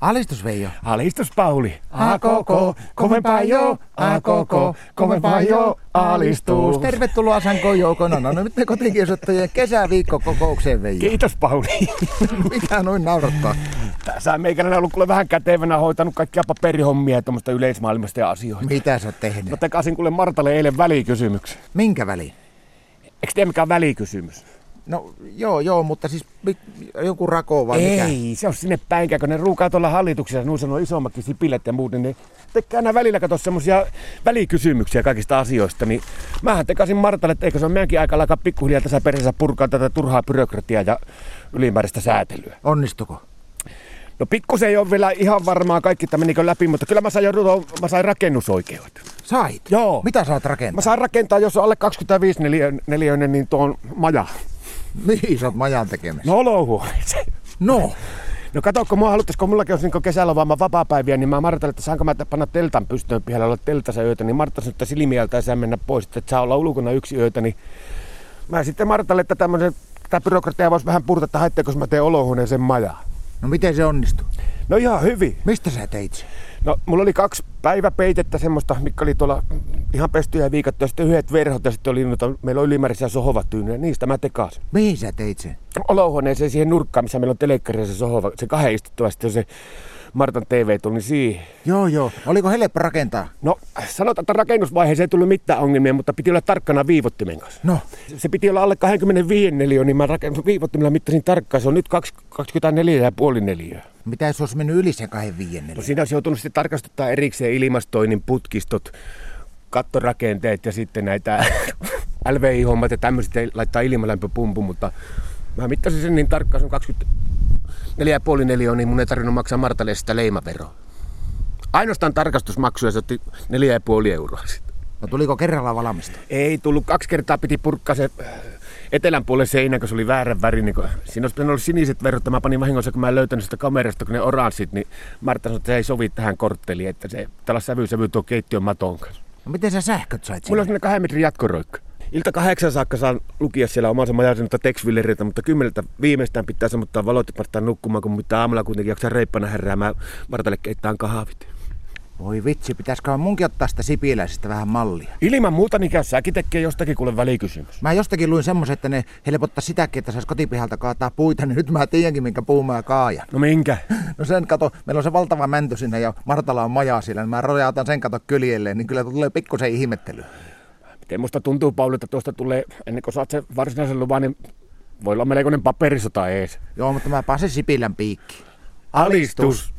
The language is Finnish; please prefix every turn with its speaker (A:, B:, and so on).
A: Alistus Veijo.
B: Alistus Pauli. A koko, kovempaa jo, a koko, kovempaa jo, alistus.
A: Tervetuloa Sanko Joukona. No, no nyt me kotikiusattujen kesäviikkokokoukseen Veijo.
B: Kiitos Pauli.
A: Mitä noin naurattaa?
B: Tässä on meikänä ollut kuule vähän kätevänä hoitanut kaikkia paperihommia ja tuommoista yleismaailmasta ja asioita.
A: Mitä sä oot tehnyt?
B: Mä tekasin kuule Martalle eilen välikysymyksen.
A: Minkä väliin?
B: Eikö tiedä mikä on välikysymys?
A: No joo, joo, mutta siis mi- joku rako vai mikä?
B: Ei, se on sinne päinkään, kun ne ruukaa tuolla hallituksessa, nuo sanoo isommatkin sipilät ja muut, niin ne tekee aina välillä kato semmosia välikysymyksiä kaikista asioista, niin mähän tekasin Martalle, että eikö se on meidänkin aika alkaa pikkuhiljaa tässä perheessä purkaa tätä turhaa byrokratiaa ja ylimääräistä säätelyä.
A: Onnistuko?
B: No pikkusen ei ole vielä ihan varmaa kaikki, että menikö läpi, mutta kyllä mä sain, jo ruto, mä sain rakennusoikeudet.
A: Sait?
B: Joo.
A: Mitä sä oot
B: Mä
A: rakentaa?
B: saan rakentaa, jos on alle 25 neliö- neliöinen, niin tuon maja.
A: Mihin sä oot majan tekemässä?
B: No olohuoneeseen.
A: No.
B: No kato, kun mua haluttaisi, kun mullakin olisi niin kesäloma vapaa-päiviä, niin mä Martalle, että saanko mä t- panna teltan pystyyn pihalle olla teltassa yötä, niin Martta sanoi, että silmiältä ei saa mennä pois, että et saa olla ulkona yksi yötä, niin mä sitten Martalle, että tämmöisen, tätä byrokratiaa voisi vähän purta, että haittaako jos mä teen olohuoneeseen majaa.
A: No miten se onnistuu?
B: No ihan hyvin.
A: Mistä sä teit sen?
B: No, mulla oli kaksi päiväpeitettä semmoista, mikä oli tuolla ihan pestyjä ja viikattu, ja sitten yhdet verhot, ja sitten oli, noita, meillä oli ylimääräisiä sohovatyynyjä, niistä mä tekasin.
A: Mihin sä teit sen?
B: olohuoneeseen siihen nurkkaan, missä meillä on telekkari ja se sohva, se kahden istuttava, sitten se Martan TV tuli siihen.
A: Joo, joo. Oliko helppo rakentaa?
B: No, sanotaan, että rakennusvaiheeseen ei tullut mitään ongelmia, mutta piti olla tarkkana viivottimen kanssa.
A: No.
B: Se piti olla alle 25 neliö, niin mä raken- viivottimella mittasin tarkkaan. Se on nyt 24,5 neliöä.
A: Mitä jos olisi mennyt yli sen kahden viiennelle?
B: No siinä olisi joutunut sitten tarkastuttaa erikseen ilmastoinnin putkistot, kattorakenteet ja sitten näitä LVI-hommat ja tämmöiset ei laittaa ilmalämpöpumpu, mutta mä mittasin sen niin tarkkaan, se on 24,5 neliöä, niin mun ei tarvinnut maksaa Martalle sitä leimaveroa. Ainoastaan tarkastusmaksuja se otti 4,5 euroa sitten.
A: No tuliko kerralla valmista?
B: Ei tullut, kaksi kertaa piti purkkaa se äh, etelän puolen seinä, kun se oli väärän värinen. Kun... Siinä olisi pitänyt olla siniset verhot, ja mä panin vahingossa, kun mä en löytänyt sitä kamerasta, kun ne oranssit, niin Martta sanoi, että se ei sovi tähän kortteliin, että se tällä sävy sävy tuo keittiön maton kanssa.
A: No miten sä sähköt sait sen?
B: Mulla on sellainen kahden metrin jatkoroikka. Ilta kahdeksan saakka saan lukia siellä omansa majasenutta tekstvilereitä, mutta kymmeneltä viimeistään pitää sammuttaa valot ja päästään nukkumaan, kun mitä aamulla kuitenkin jaksaa reippana heräämään. Martalle keittään kahvit.
A: Voi vitsi, pitäisiköhän munkin ottaa sitä sipiläisestä vähän mallia.
B: Ilman muuta, niin käy säkin tekee jostakin kuule välikysymys.
A: Mä jostakin luin semmoisen, että ne helpottaa sitäkin, että saisi kotipihalta kaataa puita, niin nyt mä tiedänkin, minkä puun mä kaajan.
B: No minkä?
A: No sen kato, meillä on se valtava mänty sinne ja Martala on maja siellä, niin mä rojautan sen kato kyljelleen, niin kyllä tulee pikkusen ihmettely.
B: Miten musta tuntuu, Pauli, että tuosta tulee, ennen kuin saat sen varsinaisen luvan, niin voi olla melkoinen paperisota ees.
A: Joo, mutta mä pääsen Sipilän piikkiin.
B: Alistus!